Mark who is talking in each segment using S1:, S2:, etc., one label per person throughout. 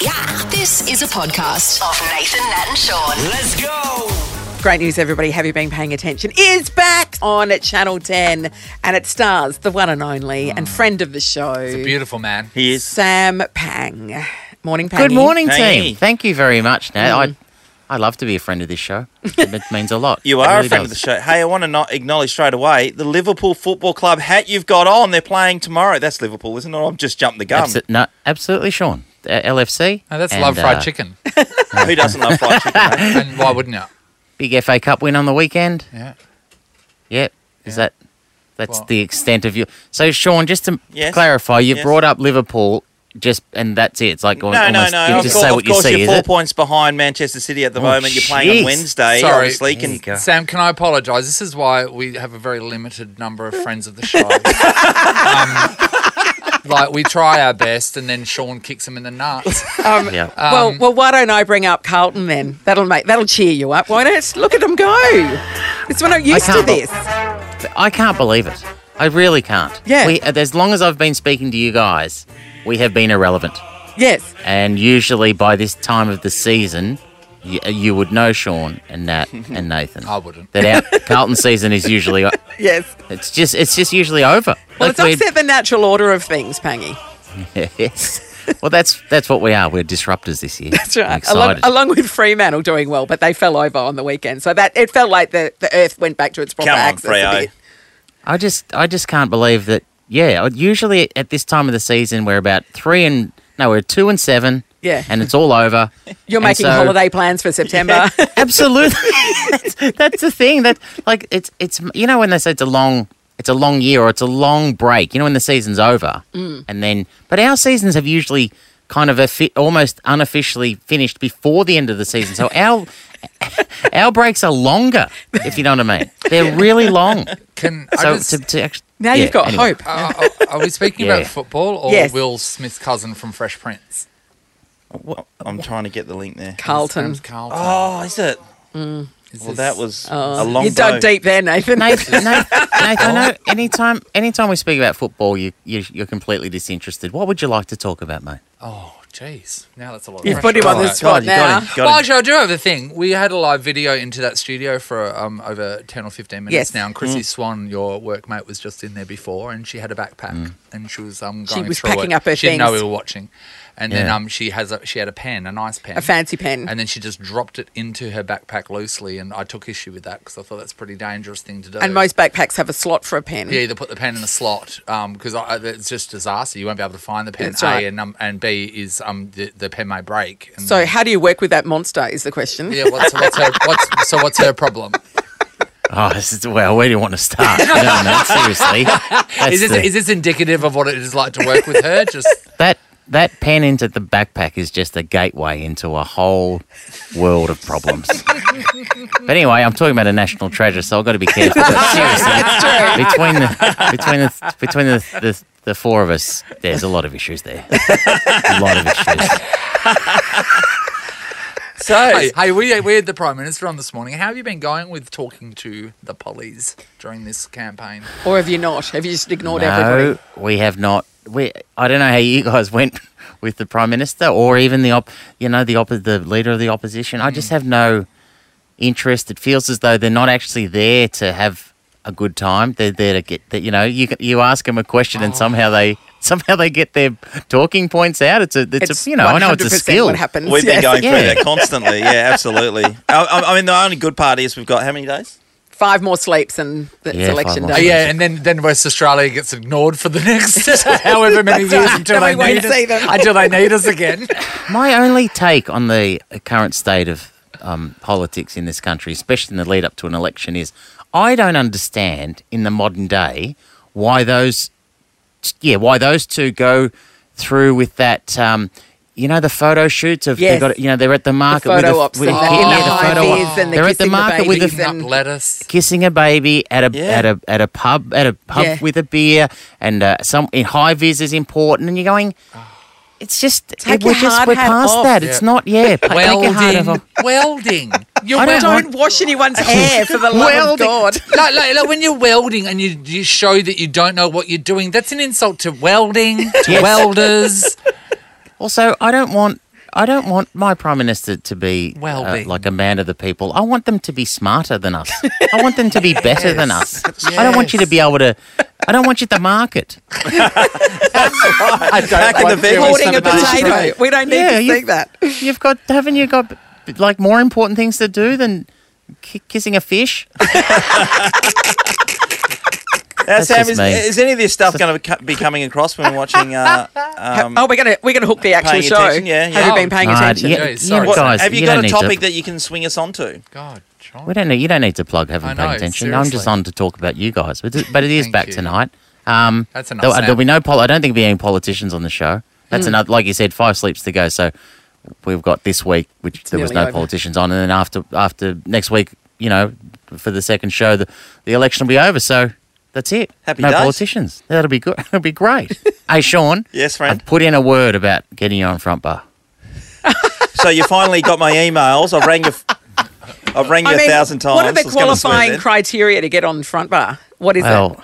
S1: Yeah. This is a podcast of Nathan, Nat, and Sean.
S2: Let's go.
S3: Great news, everybody. Have you been paying attention? Is back on at Channel 10 and it stars the one and only and friend of the show,
S2: Beautiful man.
S4: He is.
S3: Sam Pang. Morning, Pang.
S5: Good morning,
S4: Hey.
S5: team. Thank you very much, Nat. I, I love to be a friend of this show. It means a lot.
S4: You
S5: It
S4: are
S5: really
S4: a friend of the
S5: does.
S4: show. Hey, I want to not acknowledge straight away the Liverpool Football Club hat you've got on. They're playing tomorrow. That's Liverpool, isn't it? I've just jumped the gun.
S5: Abso- no, absolutely, Sean. Uh, LFC.
S2: No, Oh, that's
S5: and,
S2: love fried
S5: uh,
S2: chicken.
S4: Who doesn't love fried chicken? eh? mate?
S2: and why wouldn't you?
S5: Big FA Cup win on the weekend.
S4: Uh,
S2: Yeah.
S5: Yep. Is that? That's
S2: Well-
S5: the extent of your. So, Sean, just to
S4: Yes.
S5: clarify, you've
S4: Yes.
S5: brought up Liverpool, just and that's it. It's like al-
S4: No, no,
S5: almost,
S4: no.
S5: You
S4: Of
S5: just
S4: course,
S5: say
S4: of
S5: what you
S4: course
S5: see,
S4: you're
S5: is
S4: four
S5: it?
S4: points behind Manchester City at the
S5: Oh,
S4: moment. You're playing
S5: jeez.
S4: on Wednesday.
S2: Sorry.
S4: Obviously,
S5: There you
S4: can,
S5: go.
S2: Sam, can I apologise? This is why we have a very limited number of friends of the show. um, like we try our best, and then Sean kicks him in the nuts.
S5: Yeah.
S2: Uh,
S3: well,
S4: Um,
S3: well, why don't I bring up Carlton then? That'll make that'll cheer you up, won't it? Look at them go. It's when I'm used to
S5: can't be-
S3: this.
S5: I can't believe it. I really can't.
S3: Yeah.
S5: We, as long as I've been speaking to you guys, we have been irrelevant.
S3: Yes.
S5: And usually by this time of the season, you, you would know Sean and Nat and Nathan.
S2: I wouldn't.
S5: That our Carlton season is usually
S3: Yes.
S5: it's just it's just usually over.
S3: Well,
S5: Like
S3: it's upset the natural order of things, Pangy.
S5: we're- yes. Well, that's that's what we are. We're disruptors this year.
S3: That's right. Along,
S5: excited.
S3: along with Fremantle doing well, but they fell over on the weekend. So that it felt like the, the earth went back to its proper
S4: Come on,
S3: axis. a
S4: Freo.
S3: bit.
S5: I just I just can't believe that. Yeah, usually at this time of the season we're about three and no, we're two and seven.
S3: Yeah.
S5: and it's all over.
S3: You're
S5: And
S3: making
S5: so-
S3: holiday plans for September.
S5: Absolutely, that's, that's the thing. That like it's it's you know when they say it's a long it's a long year or it's a long break. You know when the season's over
S3: Mm.
S5: and then but our seasons have usually kind of a fi- almost unofficially finished before the end of the season. So our our breaks are longer, if you know what I mean. They're really long.
S2: Can I
S5: So
S2: just,
S5: to, to actually,
S3: Now
S5: yeah,
S3: you've got
S5: anyway.
S3: hope.
S2: are, are- are we speaking
S5: Yeah.
S2: about football or
S3: Yes.
S2: Will Smith's cousin from Fresh Prince?
S4: I'm trying to get the link there.
S3: Carlton.
S2: Sam's Carlton.
S4: Oh, is it?
S2: Is
S4: Well,
S2: this-
S4: that was a long
S3: You dug
S4: bow.
S3: deep there, Nathan.
S5: Nathan, Nathan, Nathan, I know anytime, anytime we speak about football, you, you, you're completely disinterested. What would you like to talk about, mate?
S2: Oh, jeez. Now that's a lot. of
S3: You've
S2: pressure.
S3: put him on
S2: All
S3: the
S2: right.
S3: spot
S4: you
S3: now.
S4: got him. Got
S2: well,
S4: him.
S2: actually, I do have a thing. We had a live video into that studio for um, over 10 or 15 minutes
S3: Yes.
S2: now. And Chrissy Swan, your workmate, was just in there before and she had a backpack and she was um,
S3: She
S2: going
S3: was
S2: through
S3: packing
S2: it.
S3: up her
S2: She didn't know
S3: things.
S2: we were watching. And then
S5: Yeah.
S2: um, she has a, she had a pen, a nice pen.
S3: A fancy pen.
S2: And then she just dropped it into her backpack loosely. And I took issue with that because I thought that's a pretty dangerous thing to do.
S4: uh,
S3: And most backpacks have a slot for a pen.
S2: Yeah, either put the pen in the slot because I it's just disaster. You won't be able to find the pen.
S3: That's
S2: a
S3: right.
S2: and um, and B is um the, the pen may break. And
S3: So how do you work with that monster is the question.
S2: yeah, what's, what's her what's so what's her problem?
S5: Oh, this is, well, where do you want to start? No, no, seriously. That's
S2: Is this
S5: the-
S2: is this indicative of what it is like to work with her? Just
S5: that that pen into the backpack is just a gateway into a whole world of problems. but anyway, I'm talking about a national treasure, so I've got to be careful. But seriously, between the between the between the, the the four of us, there's a lot of issues there. a lot of issues.
S3: So
S2: hey, hey, we we had the prime minister on this morning. How have you been going with talking to the pollies during this campaign?
S3: or have you not? Have you just ignored
S5: No,
S3: everybody?
S5: we have not. We I don't know how you guys went with the prime minister or even the op, you know, the op, the leader of the opposition. I just have no interest. It feels as though they're not actually there to have a good time. They're there to get that. You know, you you ask them a question and somehow they somehow they get their talking points out. It's a it's, a you know I know it's a
S3: 100%
S5: skill.
S3: What happens?
S4: We've been
S3: yes.
S4: going
S5: Yeah.
S4: through that constantly. Yeah, absolutely. I, I I mean, the only good part is we've got how many days?
S3: Five more sleeps and it's
S5: Yeah,
S3: election
S5: five more
S3: day.
S2: Oh, yeah, and then, then West Australia gets ignored for the next however many years until
S3: And we
S2: they need
S3: won't see
S2: us,
S3: them.
S2: until they need us again.
S5: My only take on the current state of um, politics in this country, especially in the lead up to an election, is I don't understand in the modern day why those, yeah, why those two go through with that. Um, you know the photo shoots of
S3: Yes.
S5: they got you know they're at the market with
S3: photo
S5: a-
S3: ops
S5: with a
S3: and
S5: kid-
S3: the-
S2: in
S5: yeah,
S2: the
S5: the photo
S2: high
S5: op-
S3: vis and the
S5: they're at the
S3: kissing the
S5: market with
S3: babies
S5: a
S3: and-
S2: Not lettuce.
S5: kissing a baby at a
S4: Yeah.
S5: at a at a pub at a pub
S3: Yeah.
S5: with a beer and uh, some in high vis is important, and you're going. It's just
S3: Take
S5: we're
S3: your
S5: just
S3: hard
S5: we're
S3: hat
S5: past
S3: off.
S5: that. It's not yeah. pa- take your hard hat
S2: Welding,
S5: off.
S2: welding. You're
S5: I don't
S2: welding.
S3: Don't wash anyone's hair for the love
S5: Welding.
S3: of God.
S2: like, like, like when you're welding and you, you show that you don't know what you're doing, that's an insult to welding, to
S5: Yes.
S2: welders.
S5: Also, I don't want. I I don't want my prime minister to be uh,
S2: Well-being.
S5: like a man of the people. I want them to be smarter than us. I want them to be better than us. I don't want you to be able to. I don't want you to market.
S2: I don't
S4: Back in the
S2: like
S4: veggie
S2: doing
S3: Holding a
S2: something
S3: potato.
S2: straight.
S3: We don't need to
S5: you- Mm.
S3: see that.
S5: You've got haven't you got like more important things to do than ki- kissing a fish?
S4: Now, Sam,
S5: just
S4: is,
S5: me.
S4: is any of this stuff going to be coming across when we're watching? Uh, um,
S3: oh, we're gonna we're gonna hook the actual
S4: paying
S3: show.
S4: attention, yeah,
S3: Have
S4: yeah.
S3: you been paying
S5: No,
S3: attention?
S5: you-
S2: Yeah,
S5: you
S2: sorry.
S5: know,
S2: What-
S5: guys,
S4: have you,
S5: you
S4: got
S5: don't
S4: a
S5: need
S4: topic
S5: to,
S4: that you can swing us onto?
S2: God, John.
S5: we don't need, you don't need to plug haven't
S2: I
S5: paid
S2: know,
S5: attention. I'm just
S2: seriously.
S5: on to talk about you guys, but, it- but it is
S2: Thank
S5: back
S2: you.
S5: tonight. Um,
S2: That's enough,
S5: There'll,
S2: Sam.
S5: there'll be no pol- I don't think there'll be any politicians on the show. That's
S2: Hmm.
S5: another, like you said, five sleeps to go. So we've got this week, which there was
S3: nearly
S5: no
S3: over.
S5: politicians on, and then after after next week, you know, for the second show, the, the election will be over. So that's it.
S4: Happy
S5: no
S4: days.
S5: politicians. That'll be good. That'll be great. hey, Sean.
S4: Yes, friend.
S5: I've put in a word about getting you on front bar.
S4: so you finally got my emails. I've rang you. f- I've rang you
S3: I mean,
S4: a thousand times.
S3: what are the
S4: I was gonna swear
S3: qualifying
S4: then.
S3: criteria to get on front bar? What is
S5: Well,
S3: it?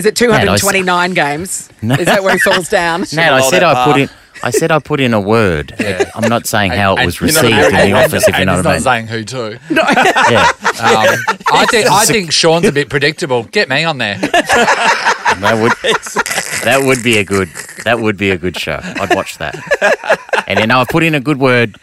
S3: Is it 229 games? Is that where it falls down?
S5: Nat, I
S4: roll
S5: said
S4: that
S5: I put
S4: bar.
S5: in. I said I put in a word.
S2: Yeah.
S5: I'm not saying how it was
S2: And-
S5: received
S4: not-
S5: in the
S2: and-
S5: office, if you
S2: and
S5: know
S2: it's
S5: what I
S2: not saying
S5: mean.
S2: who to.
S5: Yeah.
S2: Um, I think I think Sean's a bit predictable. Get me on there.
S5: That would that would be a good that would be a good show. I'd watch that. And then I put in a good word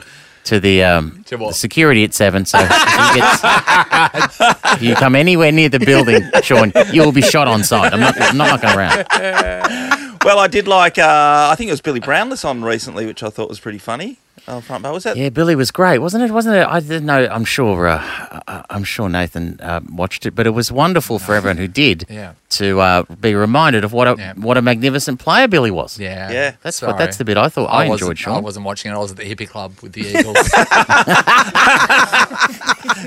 S5: to the um
S2: To what?
S5: the security at seven. So if you, get- if you come anywhere near the building, Sean, you will be shot on sight. I'm not I'm not mucking around.
S4: Well, I did like. Uh, I think it was Billy Brownless on recently, which I thought was pretty funny. Uh, front bar was that?
S5: Yeah, Billy was great, wasn't it? Wasn't it? I didn't know. I'm sure. Uh, I- I'm sure Nathan uh, watched it, but it was wonderful for everyone who did
S2: Yeah.
S5: to uh, be reminded of what a
S2: Yeah.
S5: what a magnificent player Billy was.
S2: Yeah,
S4: Yeah.
S5: that's
S2: Sorry.
S5: what. That's the bit I thought I, enjoyed.
S2: wasn't-
S5: Sean,
S2: I wasn't watching it. I was at the hippie club with the Eagles.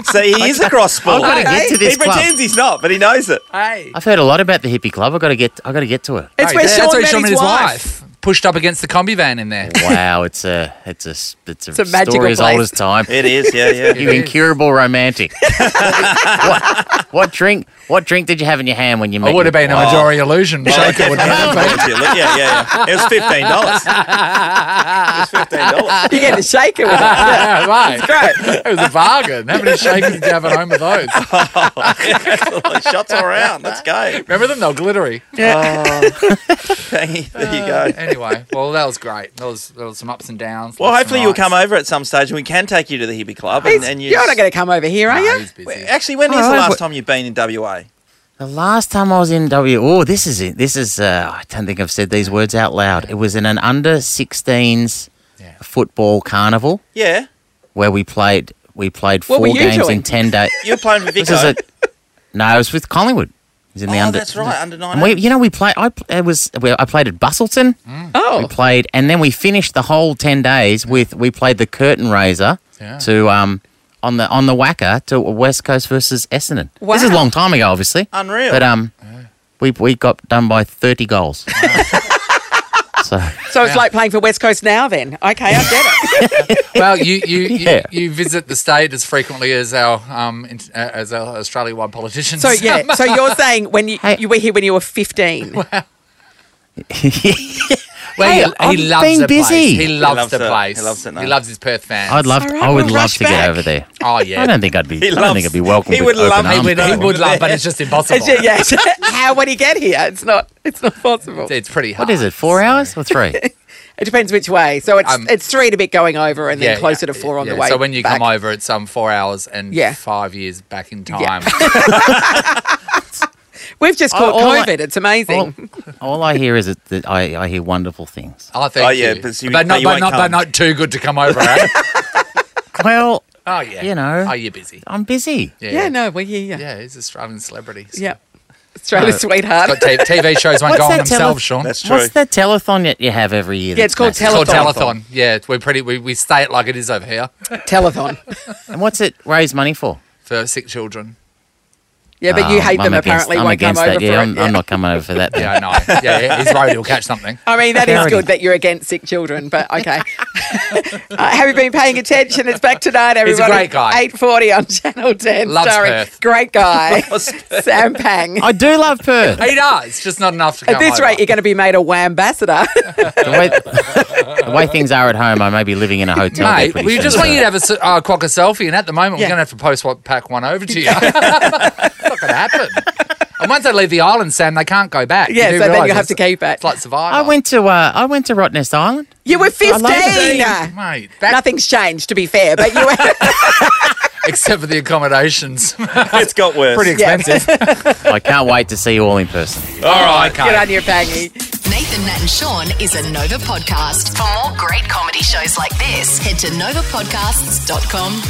S4: So he is a cross
S5: I've
S4: ball.
S5: got to get to this
S4: he pretends
S5: club.
S4: he's not, but he knows it.
S2: hey,
S5: I've heard a lot about the hippie club. I've got to get. I've got to get to it.
S3: It's where
S2: that's where
S3: Sean met his wife.
S2: pushed up against the combi van in there.
S5: Wow, it's a it's a s- it's a,
S3: a magical
S5: story as old
S3: place.
S5: as time.
S4: It is. Yeah, yeah.
S5: You
S2: It is.
S5: incurable romantic. what, what drink? What drink did you have in your hand when you met?
S2: I would have
S5: your
S2: been a
S5: wife?
S2: majority illusion. Shaker would have been.
S4: yeah, yeah, yeah. It was fifteen dollars. It was fifteen dollars.
S3: You get to shake it with it.
S2: Yeah, right. It was a bargain. How many shakers did you have at home with those?
S4: Shots all around. Let's go.
S2: Remember them? They were glittery.
S4: Thank you. There you go.
S2: Anyway, well, that was great. That was, there was some ups and downs.
S4: Well,
S2: lefts and
S4: hopefully you'll
S2: rights.
S4: come over at some stage and we can take you to the hippie club. And, and you
S3: You're not going to come over here, are
S2: Nah,
S3: you?
S2: Ah, he's busy.
S4: Actually, when is
S5: Oh,
S4: the
S5: I
S4: last
S5: would-
S4: time you've been in WA?
S5: The last time I was in W, oh, this is it. This is uh, I don't think I've said these words out loud. It was in an under 16s
S2: Yeah.
S5: football carnival
S4: Yeah,
S5: where we played we played
S3: What
S5: four
S3: were you
S5: games
S3: doing?
S5: in ten days.
S4: you're playing for Vico.
S5: this is a no, it was with Collingwood. It was in the
S4: oh,
S5: under.
S4: that's right, under nine.
S5: And we, you know, we played. I pl- it was we, I played at Bustleton. We
S3: Oh,
S5: played, and then we finished the whole ten days with we played the curtain raiser
S2: Yeah.
S5: to um on the on the Wacker to West Coast versus Essendon. This is a
S3: Wow.
S5: long time ago, obviously.
S4: Unreal.
S5: But um, we we got done by thirty goals. so
S3: so it's like playing for West Coast now. Then okay, I get it.
S2: Well, you you,
S5: Yeah.
S2: you you visit the state as frequently as our um in- uh, as our Australia-wide politicians.
S3: So yeah, so you're saying when you,
S5: Hey.
S3: you were here when you were 15?
S2: well,
S5: Hey,
S2: he,
S5: I've
S2: he loves
S5: been
S2: the
S5: busy.
S2: place. He
S5: He
S2: loves,
S4: loves
S2: the
S4: it.
S2: place.
S4: He loves it, no.
S2: He loves his Perth fans.
S5: I'd love.
S3: All
S5: To,
S3: right,
S5: I would
S3: we'll
S5: love
S3: rush
S5: to get
S3: back.
S5: over there.
S2: Oh
S5: I
S2: yeah,
S5: don't think I'd be.
S4: He
S5: I don't think
S4: loves-
S5: I'd be welcome.
S4: he
S5: with
S4: would love
S5: open
S4: me
S5: arms.
S4: with-
S2: he
S5: Well,
S2: would love, but it's just impossible.
S3: It's- yeah, it's- How would he get here? It's not. It's not possible.
S2: It's pretty hard.
S5: What is it? Four hours or three?
S3: It depends which way. So it's
S2: Um,
S3: it's three to bit going over, and then closer to four on
S2: yeah.
S3: the way.
S2: So when you
S3: back.
S2: come over, it's um four hours and
S3: Yeah.
S2: five years back in time.
S3: we've just caught
S5: Oh, all I- Oh.
S3: COVID. it's amazing.
S5: all, all I hear is it, that I, I hear wonderful things.
S2: Oh, thank
S4: Oh, yeah,
S2: you.
S4: but see,
S2: but
S4: but
S2: not,
S4: you
S2: but
S4: won't
S2: not, but
S4: come.
S2: not too good to come over. eh?
S5: Well,
S2: Oh yeah,
S5: You know.
S2: Oh, you're busy.
S5: I'm busy.
S2: Yeah,
S3: yeah, no, we're here. Yeah,
S2: yeah. He's an Australian celebrity. So-
S3: yeah.
S5: Uh,
S3: Australia's sweetheart.
S2: But t- TV shows won't
S5: What's
S2: go on
S5: that
S2: themselves,
S5: tele-
S2: Sean.
S4: That's true.
S5: What's that telethon that you have every year?
S3: Yeah, it's
S5: that's
S3: called
S5: massive?
S2: It's called
S3: Telethon.
S2: telethon. Yeah, we're pretty. We, we say it like it is over here
S3: Telethon.
S5: And what's it raise money for?
S2: for sick children.
S3: Yeah, but you
S5: Um,
S3: hate
S5: I'm
S3: them
S5: against-
S3: apparently.
S5: I'm
S3: won't come
S5: against
S3: over
S5: that.
S3: for
S5: yeah,
S3: it.
S5: I'm, I'm not coming over for that.
S2: Yeah, I know. Yeah, yeah, he's worried he'll catch something.
S3: I mean, that is
S5: Parody.
S3: good that you're against sick children, but okay. uh, have you been paying attention? It's back tonight, everybody.
S2: He's a great guy.
S3: Eight forty on Channel Ten.
S2: Loves
S3: Sorry,
S2: Perth.
S3: great guy, Sam Pang.
S5: I do love Perth.
S2: He does. Just not enough to
S3: At
S2: come
S3: this
S2: over.
S3: rate, you're going to be made a wambassador.
S5: the, way, the way things are at home, I may be living in a hotel. there
S2: Mate,
S5: pretty
S2: we
S5: soon,
S2: just
S5: so-
S2: want you to have a s- uh, clock a selfie, and at the moment,
S3: Yeah.
S2: we're going to have to post what pack one over to you. it's not going to happen. And once they leave the island, Sam, they can't go back.
S3: yeah,
S2: do
S3: so then
S2: realise
S3: you have to
S2: it's-
S3: keep it.
S2: It's like Survivor.
S5: I went to uh, I went to Rottnest Island.
S3: You were
S5: I love it.
S3: 15.
S2: Mate, that,
S3: Nothing's changed, to be fair, but you were.
S2: except for the accommodations.
S5: uh,
S4: It's got worse.
S2: Pretty
S3: Yeah.
S2: expensive.
S5: I can't wait to see you all in person.
S2: All right, okay.
S3: Get on your pangy.
S1: Nathan, Nat, and Sean is a Nova podcast. For more great comedy shows like this, head to novapodcasts.com.au.